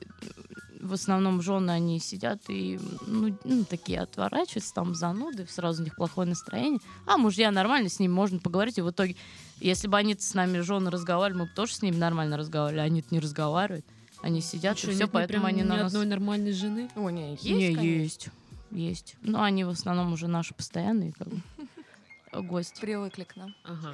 B: в основном жены, они сидят и, ну, ну, такие отворачиваются, там зануды, сразу у них плохое настроение. А мужья нормально, с ними можно поговорить. И в итоге, если бы они с нами жены разговаривали, мы бы тоже с ними нормально разговаривали, а они-то не разговаривают. Они сидят,
A: Что,
B: и
A: нет
B: все,
A: ни
B: поэтому
A: прям
B: они
A: ни
B: на нас...
A: одной нормальной жены.
D: О, не, Ну, есть,
B: не,
D: конечно.
B: есть, есть. Но они в основном уже наши постоянные, как бы, гости.
C: Привыкли к нам.
A: Ага.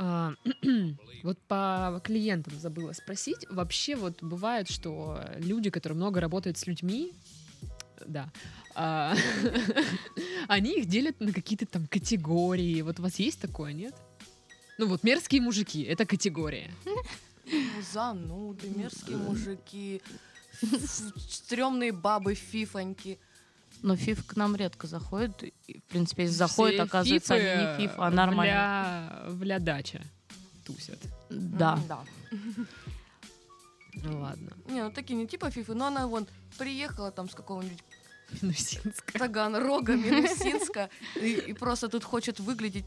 A: А, вот по клиентам забыла спросить. Вообще вот бывает, что люди, которые много работают с людьми, да, а, они их делят на какие-то там категории. Вот у вас есть такое, нет? Ну вот мерзкие мужики, это категория.
C: Ну, зануды, мерзкие мужики, стрёмные бабы, фифоньки.
B: Но фиф к нам редко заходит. И, в принципе, если заходит,
A: Все
B: оказывается, они не
A: фифы
B: фиф, а нормально.
A: Вля, вля-дача тусят.
B: Да.
C: М, Да.
A: Ну ладно,
C: Не, ну такие не типа фифы, но она вон приехала там с какого-нибудь
A: Минусинская.
C: Таганрога, Минусинска, и, и просто тут хочет выглядеть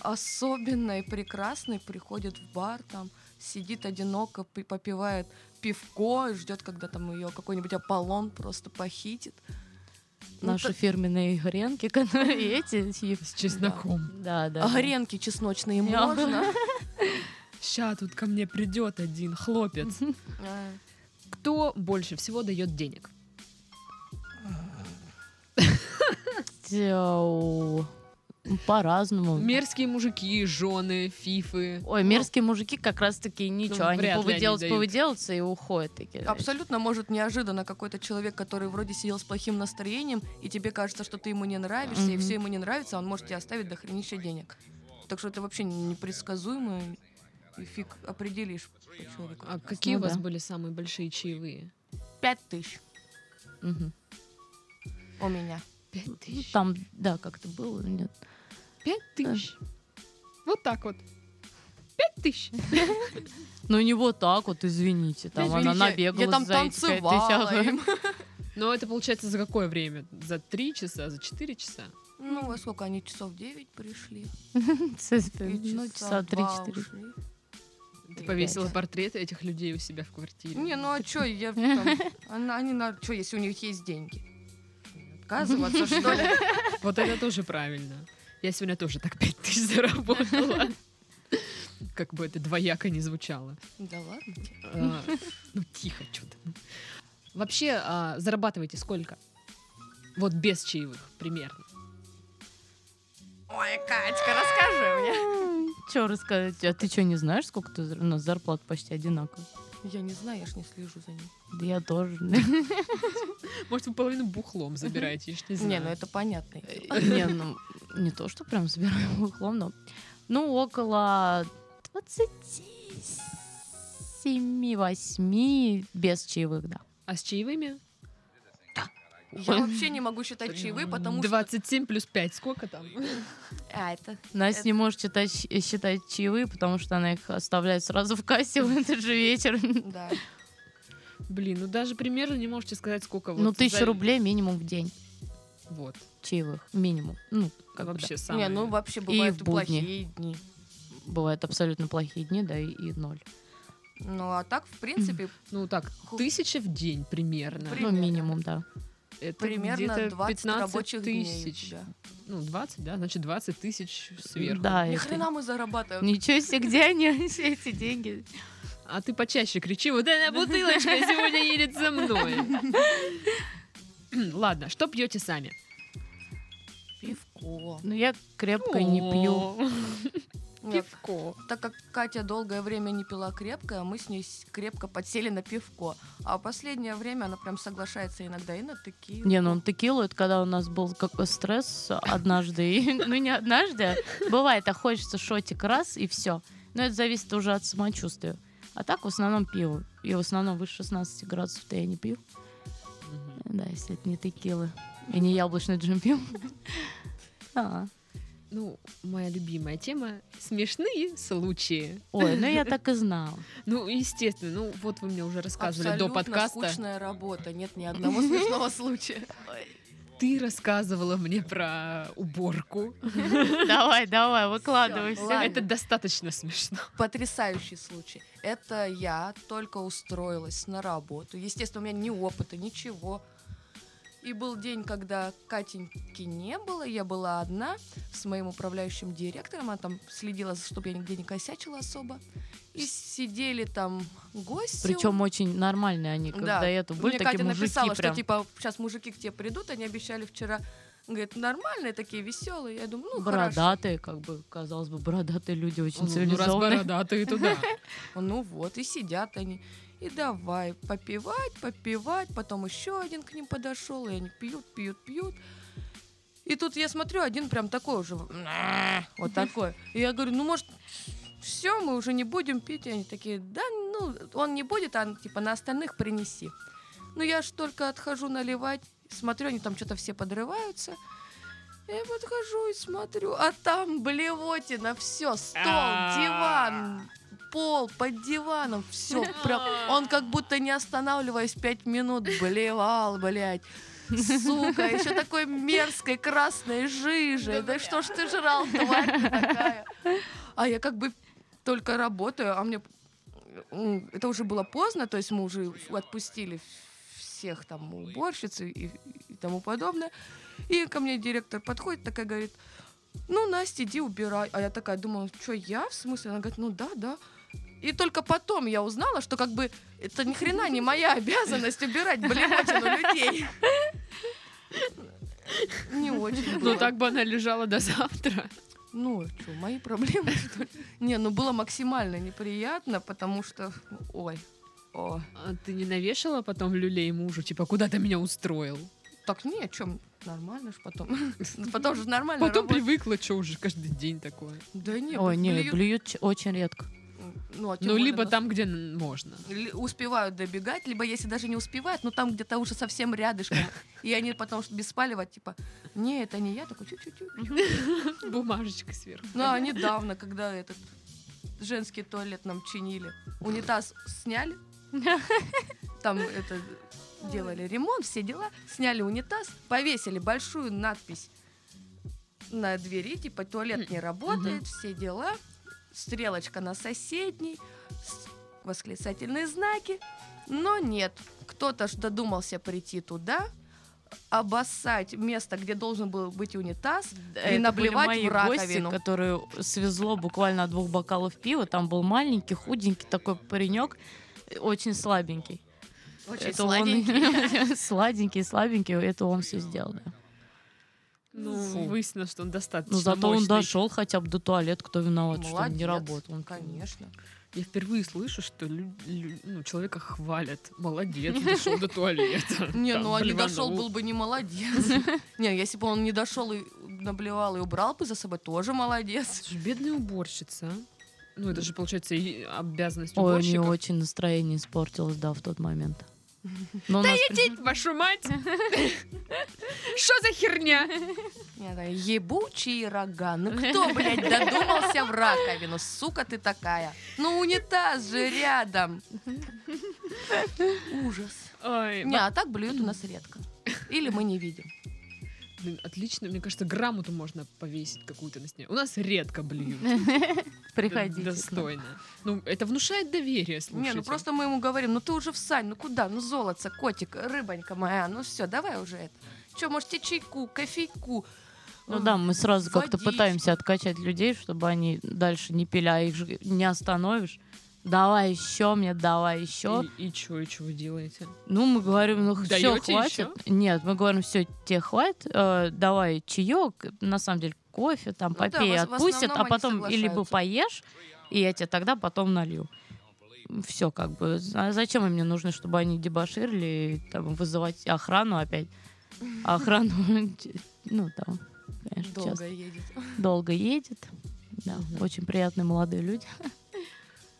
C: особенной, прекрасной, приходит в бар, там сидит одиноко, пи- попивает пивко, ждет, когда там ее какой-нибудь Аполлон просто похитит. Ну,
B: Наши фирменные гренки, которые эти фиф.
A: С чесноком.
B: Да, да.
C: А Гренки чесночные
B: Я-
C: можно.
A: Ща тут ко мне придет один хлопец.
C: А,
A: Кто больше всего дает денег?
B: Тяу. э, По-разному.
A: Мерзкие мужики, жены, фифы.
B: Ой, мерзкие мужики как раз таки
C: Ну,
B: ничего. они
A: вряд ли они
B: повыделаются,
A: дают.
B: повыделаются и уходят такие.
C: Абсолютно может неожиданно какой-то человек, который вроде сидел с плохим настроением, и тебе кажется, что ты ему не нравишься, и
B: Мгм.
C: все ему не нравится, а он может тебе оставить до хренища денег. Так что это вообще непредсказуемо, и фиг определишь по человеку.
A: А какие
B: Ну
A: у вас
B: да.
A: были самые большие чаевые?
C: Пять тысяч
B: Мгм.
C: у меня.
A: Пять
B: Ну,
A: тысяч.
B: Там, да, как-то было, нет.
A: Пять тысяч. Вот так вот. Пять тысяч.
B: Ну, не вот так вот, извините. Там она
C: Извините,
B: набегала
C: Я там
B: за эти пять
C: танцевала.
B: тысяч.
C: им.
A: Но это получается за какое время? За три часа, за четыре часа?
C: Ну, во сколько они часов девять пришли? И
B: Ну, часа
C: два
B: три-четыре.
C: ушли.
A: Ты
C: Пять.
A: повесила портреты этих людей у себя в квартире.
C: Не, ну а чё, я там- она- они на чё, если у них есть деньги? Отказываться, что ли?
A: Вот это тоже правильно. Я сегодня тоже так пять тысяч заработала. Как бы это двояко не звучало.
C: Да ладно. тебе.
A: А, Ну, тихо, что-то. Вообще, а, зарабатываете сколько? Вот без чаевых примерно.
D: Ой, Катька, расскажи мне.
B: Че рассказать? А ты что, не знаешь, сколько ты... зар- У нас зарплата почти одинаковая.
C: Я не знаю, я ж не слежу за ним.
B: Да я тоже.
A: Может, вы половину бухлом забираете, я ж не
C: Не, ну
A: знаю.
C: это понятно.
B: Не, ну, не то, что прям собираем бухлом, но... Ну, около 27-8 без чаевых, да.
A: А с чаевыми?
C: Я вообще не могу считать чаевые, потому что...
A: 27 плюс 5, сколько там?
C: А, это...
B: Настя не может считать, щ- считать чаевые, потому что она их оставляет сразу в кассе в этот же вечер.
C: Да.
A: Блин, ну даже примерно не можете сказать, сколько вот
B: ну, тысяча
A: за-
B: рублей минимум в день
A: Вот,
B: чаевых. Минимум. Ну, как бы
A: вообще
C: Не,
A: самое.
C: ну вообще бывают
B: в
C: и
B: будни.
C: плохие дни.
B: да. Бывают абсолютно плохие дни, да, и, и ноль.
C: Ну, а так, в принципе,
A: Ну так, тысяча в день примерно.
C: При-
B: Ну,
C: Примерно.
B: минимум, да.
A: Это
C: примерно
A: Э, где-то
C: 20 рабочих
A: тысяч.
C: дней. у тебя.
A: Ну, 20, да, значит 20 тысяч сверху.
B: Да,
C: Ни
B: А это-
C: хрена мы зарабатываем.
B: Ничего себе, где они, все эти деньги?
A: А ты почаще кричи, вот эта бутылочка сегодня едет за мной. Ладно, что пьете сами?
C: Пивко.
B: Ну, я крепко не пью.
A: О,
C: Нет,
A: Пивко.
C: так как Катя долгое время не пила крепкое, мы с ней с- крепко подсели на пивко. А последнее время она прям соглашается иногда и на такие.
B: Не, ну текилу, это когда у нас был как стресс однажды. и- Ну, не однажды. а Бывает, а хочется шотик раз, и все. Но это зависит уже от самочувствия. А так в основном пиво. И в основном выше 16 градусов-то я не пью.
A: Мгм.
B: Да, если это не текила. И не яблочный джем пил. А.
A: Ну, моя любимая тема — смешные случаи.
B: Ой, ну я так и знала.
A: Ну, естественно, ну вот вы мне уже рассказывали
C: Абсолютно
A: до подкаста.
C: скучная работа. Нет ни одного смешного случая.
A: Ты рассказывала мне про уборку.
B: Давай, давай, выкладывай
C: Всё,
B: все.
C: ладно.
A: Это достаточно смешно.
C: Потрясающий случай. Это я только устроилась на работу. Естественно, у меня ни опыта, ничего. И был день, когда Катеньки не было, я была одна с моим управляющим директором, она там следила, чтобы я нигде не косячила особо. И сидели там гости.
B: Причем очень нормальные они, когда
C: Да.
B: это были
C: Мне
B: такие
C: Катя написала,
B: мужики
C: что
B: прям.
C: типа сейчас мужики к тебе придут, они обещали вчера. Говорит, нормальные такие, веселые. Я думаю, ну хорошо.
B: Бородатые, как бы, казалось бы, бородатые люди очень
A: Ну, раз
B: цивилизованные.
A: бородатые, то да.
C: Ну вот, и сидят они. И давай попивать, попивать. Потом еще один к ним подошел, и они пьют, пьют, пьют. И тут я смотрю, один прям такой уже, вот такой. И я говорю, ну может, все, мы уже не будем пить. И они такие, да, ну он не будет, а типа на остальных принеси. Ну я ж только отхожу наливать, смотрю, они там что-то все подрываются. Я подхожу и смотрю, а там блевотина, все, стол, диван, пол под диваном, все, прям, он как будто не останавливаясь пять минут блевал, блядь. Сука, еще такой мерзкой красной жижей. Да что ж ты жрал, тварь ты такая? А я как бы только работаю, а мне... м, Это уже было поздно, то есть мы уже отпустили всех там уборщиц и, и- и тому подобное. И ко мне директор подходит, такая говорит, ну, Настя, иди убирай. А я такая думала, что я? В смысле? Она говорит, ну да, да. И только потом я узнала, что как бы это ни хрена не моя обязанность убирать блевотину людей. Не очень. было.
A: Ну так бы она лежала до завтра.
C: Ну, что, мои проблемы, что ли? Не, ну было максимально неприятно, потому что... Ой, о.
A: А Ты не навешала потом люлей мужу? Типа, куда ты меня устроил?
C: Так не, о чем? Нормально ж потом. Потом же нормально
A: Потом
C: работа.
A: привыкла, что уже каждый день такое.
C: Да ну не,
B: Ой, не,
C: блюют.
B: блюют ч- очень редко.
C: Ну, а тем
A: Ну,
C: более
A: либо
C: на-
A: там, где н- можно.
C: ли- успевают добегать, либо если даже не успевают, но там где-то уже совсем рядышком. И они потом что беспаливать, типа, не, это не я, такой чуть-чуть.
A: Бумажечка сверху.
C: Ну, а недавно, когда этот женский туалет нам чинили, унитаз сняли, там это делали ремонт, все дела, сняли унитаз, повесили большую надпись на двери, типа туалет не работает, все дела, стрелочка на соседний, с- восклицательные знаки, но нет, кто-то ж додумался прийти туда, обоссать место, где должен был быть унитаз,
B: Это
C: наплевать
B: были мои
C: в раковину.
B: гости, которые свезло буквально от двух бокалов пива. Там был маленький, худенький такой паренек, очень слабенький.
C: Очень
B: Это он- сладенький, слабенький, это он все сделал. да.
A: Ну,
C: Фу.
A: выяснилось, что он достаточно
B: Но зато он
A: мощный.
B: дошел хотя бы до туалета, кто виноват, что он не
C: ну, Молодец,
B: работал. Он-
C: Конечно.
A: Я впервые слышу, что лю- лю- ну, человека хвалят. Молодец, дошел до туалета.
C: Не,
A: Там
C: ну а не
A: блеванул.
C: дошел, был бы не молодец. Не, если бы он не дошел и наблевал и убрал бы за собой, тоже молодец.
A: Слушай, бедная уборщица. а. Ну, это же, получается, и обязанность
B: Ой, у него
A: уборщика.
B: очень настроение испортилось, да, в тот момент. Но у нас при-
A: Идите, вашу мать! Что за херня?
C: Я такая, ебучие рога. Ну кто, блядь, додумался в раковину? Сука ты такая. Ну унитаз же рядом. Ужас.
A: Ой,
C: Не, а так блюют у нас редко. Или мы не видим.
A: блин, отлично. Мне кажется, грамоту можно повесить какую-то на стене. У нас редко блюют.
B: приходите. к нам.
A: Достойно. Ну, это внушает доверие, слушайте.
C: Не, ну просто мы ему говорим, ну ты уже всань, ну куда, ну золотце, котик, рыбонька моя, ну все, давай уже это. Че, можете чайку, кофейку?
B: Ну да, мы сразу как-то
C: водичку.
B: пытаемся откачать людей, чтобы они дальше не пили, а их же не остановишь. Давай еще мне, давай еще.
A: И, и чё, и чё вы делаете?
B: Ну, мы говорим, ну все,
A: Даёте
B: хватит.
A: ещё?
B: Нет, мы говорим, все, тебе хватит, э, давай чаек, на самом деле кофе, там,
C: Ну да,
B: попей,
C: в ос- в
B: отпустят, а
C: основном они
B: потом и либо
C: соглашаются.
B: поешь, и я тебе тогда потом налью. Все как бы. А зачем им мне нужно, чтобы они дебоширили, и, там, вызывать охрану опять? А Охрану, ну, там, конечно,
C: Долго
B: часто
C: едет.
B: долго едет. Да,
A: Мгм.
B: очень приятные молодые люди.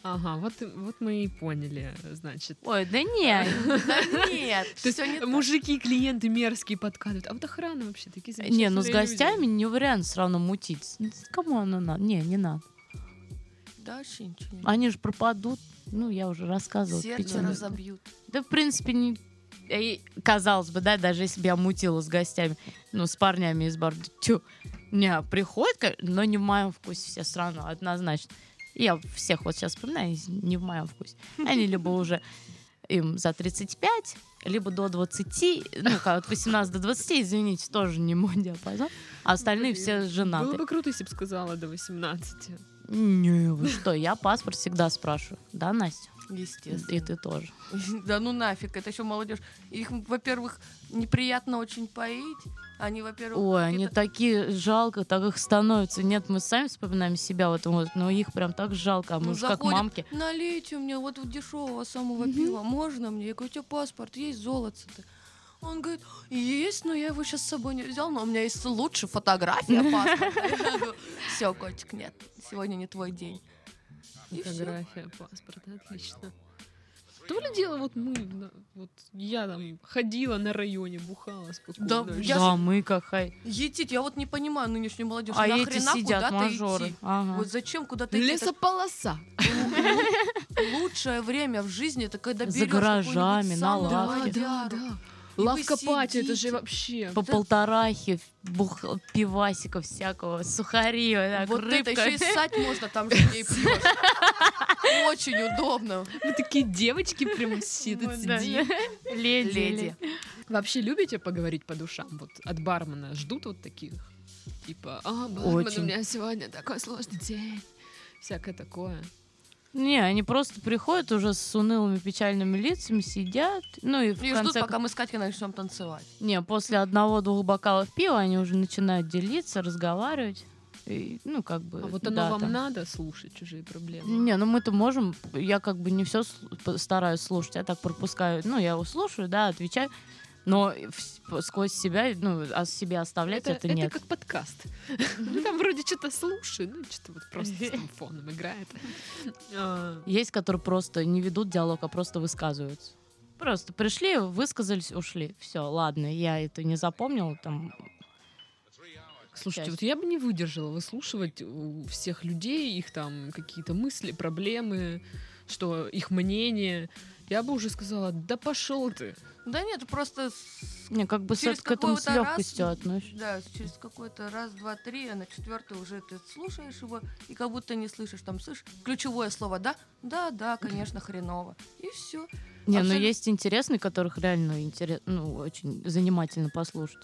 A: Ага, вот, и- вот мы и поняли, значит.
B: Ой, да не,
C: Да нет,
A: То есть э,
C: все не так.
A: мужики, клиенты мерзкие подкатывают. А вот охрана вообще такие замечательные
B: Не, ну с
A: люди.
B: гостями не вариант все равно мутить. Кому оно надо? Не, не надо.
C: Да, вообще ничего не
B: Они же пропадут. Ну, я уже рассказывала.
C: Сердце
B: печально.
C: разобьют.
B: Да, в принципе, не... и казалось бы, да, даже если бы я мутила с гостями, ну, с парнями из бара, да чё, не, приходит, ко- но не в моем вкусе все равно, однозначно. Я всех вот сейчас вспоминаю, из- не в моем вкусе. Они либо уже им за 35, либо до 20, ну, как от 18 до 20, извините, тоже не мой диапазон, а остальные
A: Блин,
B: все женаты.
A: Было бы круто, если бы сказала до 18.
B: Не, вы что, я паспорт всегда спрашиваю. Да, Настя? И
C: Естественно.
B: ты тоже.
C: Да ну нафиг, это еще молодежь. Их, во-первых, неприятно очень поить. Они, во-первых,
B: Ой, они
C: какие-то-
B: такие жалко, так их становится. Нет, мы сами вспоминаем себя в этом возрасте, но их прям так жалко, а мы
C: Ну,
B: уж как
C: заходят,
B: мамки.
C: Налейте мне вот дешевого самого пива, можно мне? Я говорю, у тебя паспорт есть, золото-то. Он говорит, есть, но я его сейчас с собой не взял, но у меня есть лучше фотография паспорта. Все, котик, нет, сегодня не твой день. И всё.
A: Фотография, паспорт, отлично. То ли дело, вот мы, да, вот я там ходила на районе, бухала спокойно.
C: Да,
A: вообще.
C: я
B: да, мы какая.
C: Етить, я вот не понимаю нынешнюю молодежь.
B: А эти
C: Нахрена
B: сидят
C: куда-то
B: мажоры.
C: идти?
B: Ага.
C: Вот зачем куда-то идти? Это
A: Лесополоса.
C: лучшее время в жизни, это когда
B: За
C: берешь
B: гаражами, на
A: Да,
B: лавке.
A: да, да. Лавка пати, это же вообще.
B: По полторахе, бух... пивасиков всякого, сухари, вот так,
C: Вот это
B: рыбка.
C: еще и ссать можно, там же не пьешь. Очень удобно.
A: Вы такие девочки прям сидят,
B: Ну да.
A: сидим.
B: Леди.
C: Леди.
A: Вообще любите поговорить по душам? Вот от бармена ждут вот таких? Типа, а, бармен,
B: Очень.
A: у меня сегодня такой сложный день. Всякое такое.
B: Не, они просто приходят уже с унылыми печальными лицами, сидят, ну и в
C: И ждут,
B: конце
C: пока мы с Катькой начнем танцевать.
B: Не, после одного-двух бокалов пива они уже начинают делиться, разговаривать. И, ну, как бы.
A: А вот оно
B: да,
A: вам
B: там.
A: надо слушать чужие проблемы?
B: Не, ну мы-то можем, я как бы не все стараюсь слушать, я так пропускаю. Ну, я его слушаю, да, отвечаю, но вс- по- сквозь себя, ну, о себе оставлять это, нет.
A: как подкаст. Ну, Там вроде что-то слушай, ну что-то вот просто с там фоном играет. А,
B: Есть, которые просто не ведут диалог, а просто высказываются. Просто пришли, высказались, ушли. Все, ладно, я это не запомнила, там
A: Слушайте,
B: Часть.
A: вот я бы не выдержала выслушивать у всех людей их там какие-то мысли, проблемы, что их мнение. Я бы уже сказала, да пошел ты.
C: Да нет, просто с-
B: не как бы с-
C: Через
B: к этому с
C: какой-то раз-
B: легкостью отношусь.
C: да, через какой-то раз, два, три, а на четвертый уже ты слушаешь его и как будто не слышишь. Там слышишь ключевое слово «да», «да», «да», конечно, хреново. И все.
B: Не, ну
C: Абсолютно.
B: есть интересные, которых реально интерес, ну, очень занимательно послушать.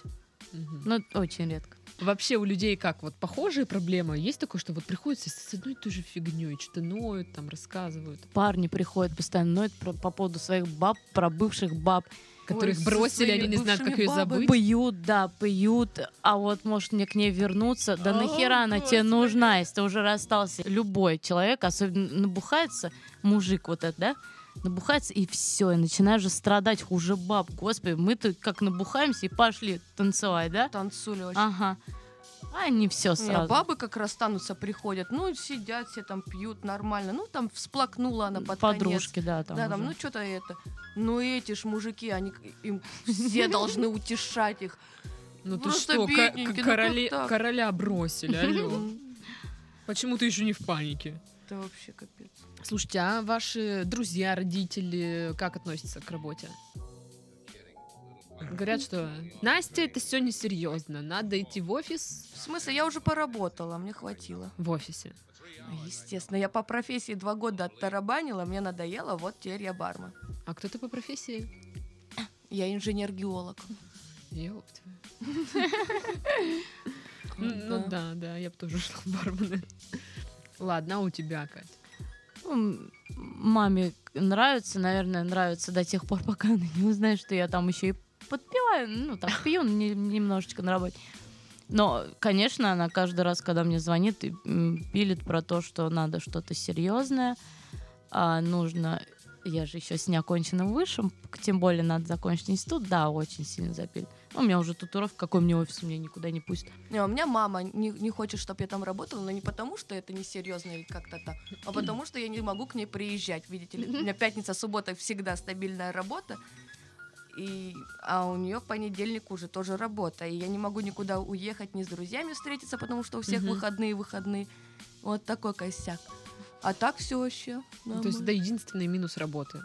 A: Мгм.
B: Но это очень редко.
A: Ну, Вообще у людей как? Вот похожие проблемы? Есть такое, что вот приходится с одной и той же фигней, что-то ноют, там рассказывают,
B: Парни приходят постоянно, ноют про- по поводу своих баб, про бывших баб.
A: которых
C: со
A: бросили,
C: своими
A: они не знают, как
C: бывшими
A: ее
C: бабами.
A: забыть.
B: Пьют, да, пьют, а вот может мне к ней вернуться. Да
A: О,
B: нахера она тебе
A: Господи.
B: нужна, если ты уже расстался. Любой человек, особенно набухается, мужик вот этот, да, набухается, и все, и начинаешь же страдать хуже баб. Господи, мы тут как набухаемся и пошли танцевать, да?
C: Танцули вообще.
B: Ага. А не все
C: Не,
B: сразу.
C: бабы как расстанутся, приходят, ну, сидят все там, пьют нормально. Ну, там всплакнула она под конец.
B: Подружки, да, там.
C: Да, там,
B: уже.
C: ну, что-то это. Ну, эти ж мужики, они, к- им все должны утешать их.
A: Ну ты
C: Просто
A: что, ко-
C: бедненький,
A: к-
C: ну как
A: короле-
C: так?
A: короля бросили, алло.
C: М,
A: Почему ты еще не в панике?
C: Это вообще капец.
A: Слушайте, а ваши друзья, родители как относятся к работе? Говорят, что Настя, это все несерьезно, надо идти в офис.
C: В смысле, я уже поработала, мне хватило.
A: В офисе.
C: Ну, Естественно, я по профессии два года оттарабанила, мне надоело, вот теперь я бармен.
A: А кто ты по профессии?
C: Я инженер-геолог.
A: Ёпта. М, Ну да, да, я бы тоже шла в бармены. Ладно, а у тебя, Кать?
B: Ну, м- маме нравится, наверное, нравится до тех пор, пока она не узнает, что я там еще и подпиваю, ну, так, пью не- немножечко на работе. Но, конечно, она каждый раз, когда мне звонит, и, м, пилит про то, что надо что-то серьезное, а нужно... Я же еще с неоконченным высшим, к- тем более надо закончить институт. Да, очень сильно запилит. Ну, у меня уже татуировка, какой мне офис, меня никуда не пустят.
C: Не, у меня мама не, не хочет, чтобы я там работала, но не потому, что это несерьезно или как-то так, а потому, что я не могу к ней приезжать, видите ли. У меня пятница, суббота всегда стабильная работа, и, а у нее понедельник уже тоже работа, и я не могу никуда уехать, ни с друзьями встретиться, потому что у всех
A: Мгм.
C: выходные, выходные. Вот такой косяк. А так все вообще.
A: Ну, То есть
C: нормально.
A: это единственный минус работы.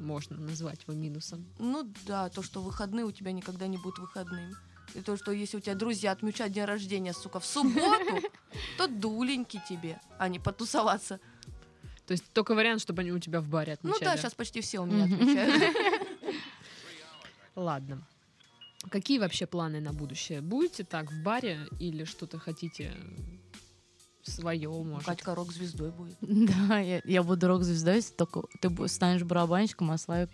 A: Можно назвать его минусом.
C: Ну да, то, что выходные у тебя никогда не будут выходными. И то, что если у тебя друзья отмечают день рождения, сука, в субботу, то дуленьки тебе, а не потусоваться.
A: То есть только вариант, чтобы они у тебя в баре
C: Ну
A: отмечали.
C: да, сейчас почти все у меня
B: Мгм.
C: отмечают.
A: Ладно. Какие вообще планы на будущее? Будете так в баре или что-то хотите свое, может?
C: Катька рок-звездой будет.
B: Да, я, я буду рок-звездой, если только ты бу- станешь барабанщиком, а Славик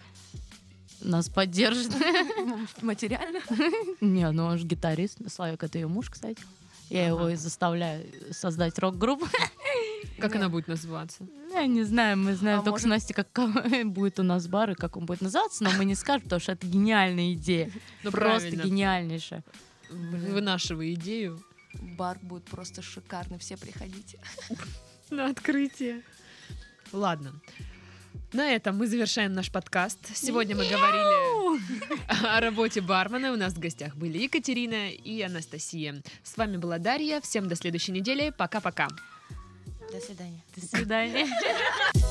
B: нас поддержит.
C: Материально.
B: Не, ну он же гитарист. Славик — это ее муж, кстати. Я его и заставляю создать рок-группу.
A: Как
C: Нет.
A: она будет называться?
B: Я не знаю, мы знаем
C: А
B: только с Настей, как будет у нас бар и как он будет называться, но мы не скажем, потому что это гениальная идея.
A: Ну,
B: Просто
A: правильно.
B: гениальнейшая.
A: Вынашивай идею
C: Бар будет просто шикарный, все приходите.
A: на открытие. Ладно. На этом мы завершаем наш подкаст. Сегодня мы говорили о работе бармена. У нас в гостях были Екатерина и Анастасия. С вами была Дарья. Всем до следующей недели. Пока-пока.
C: До свидания.
B: До свидания.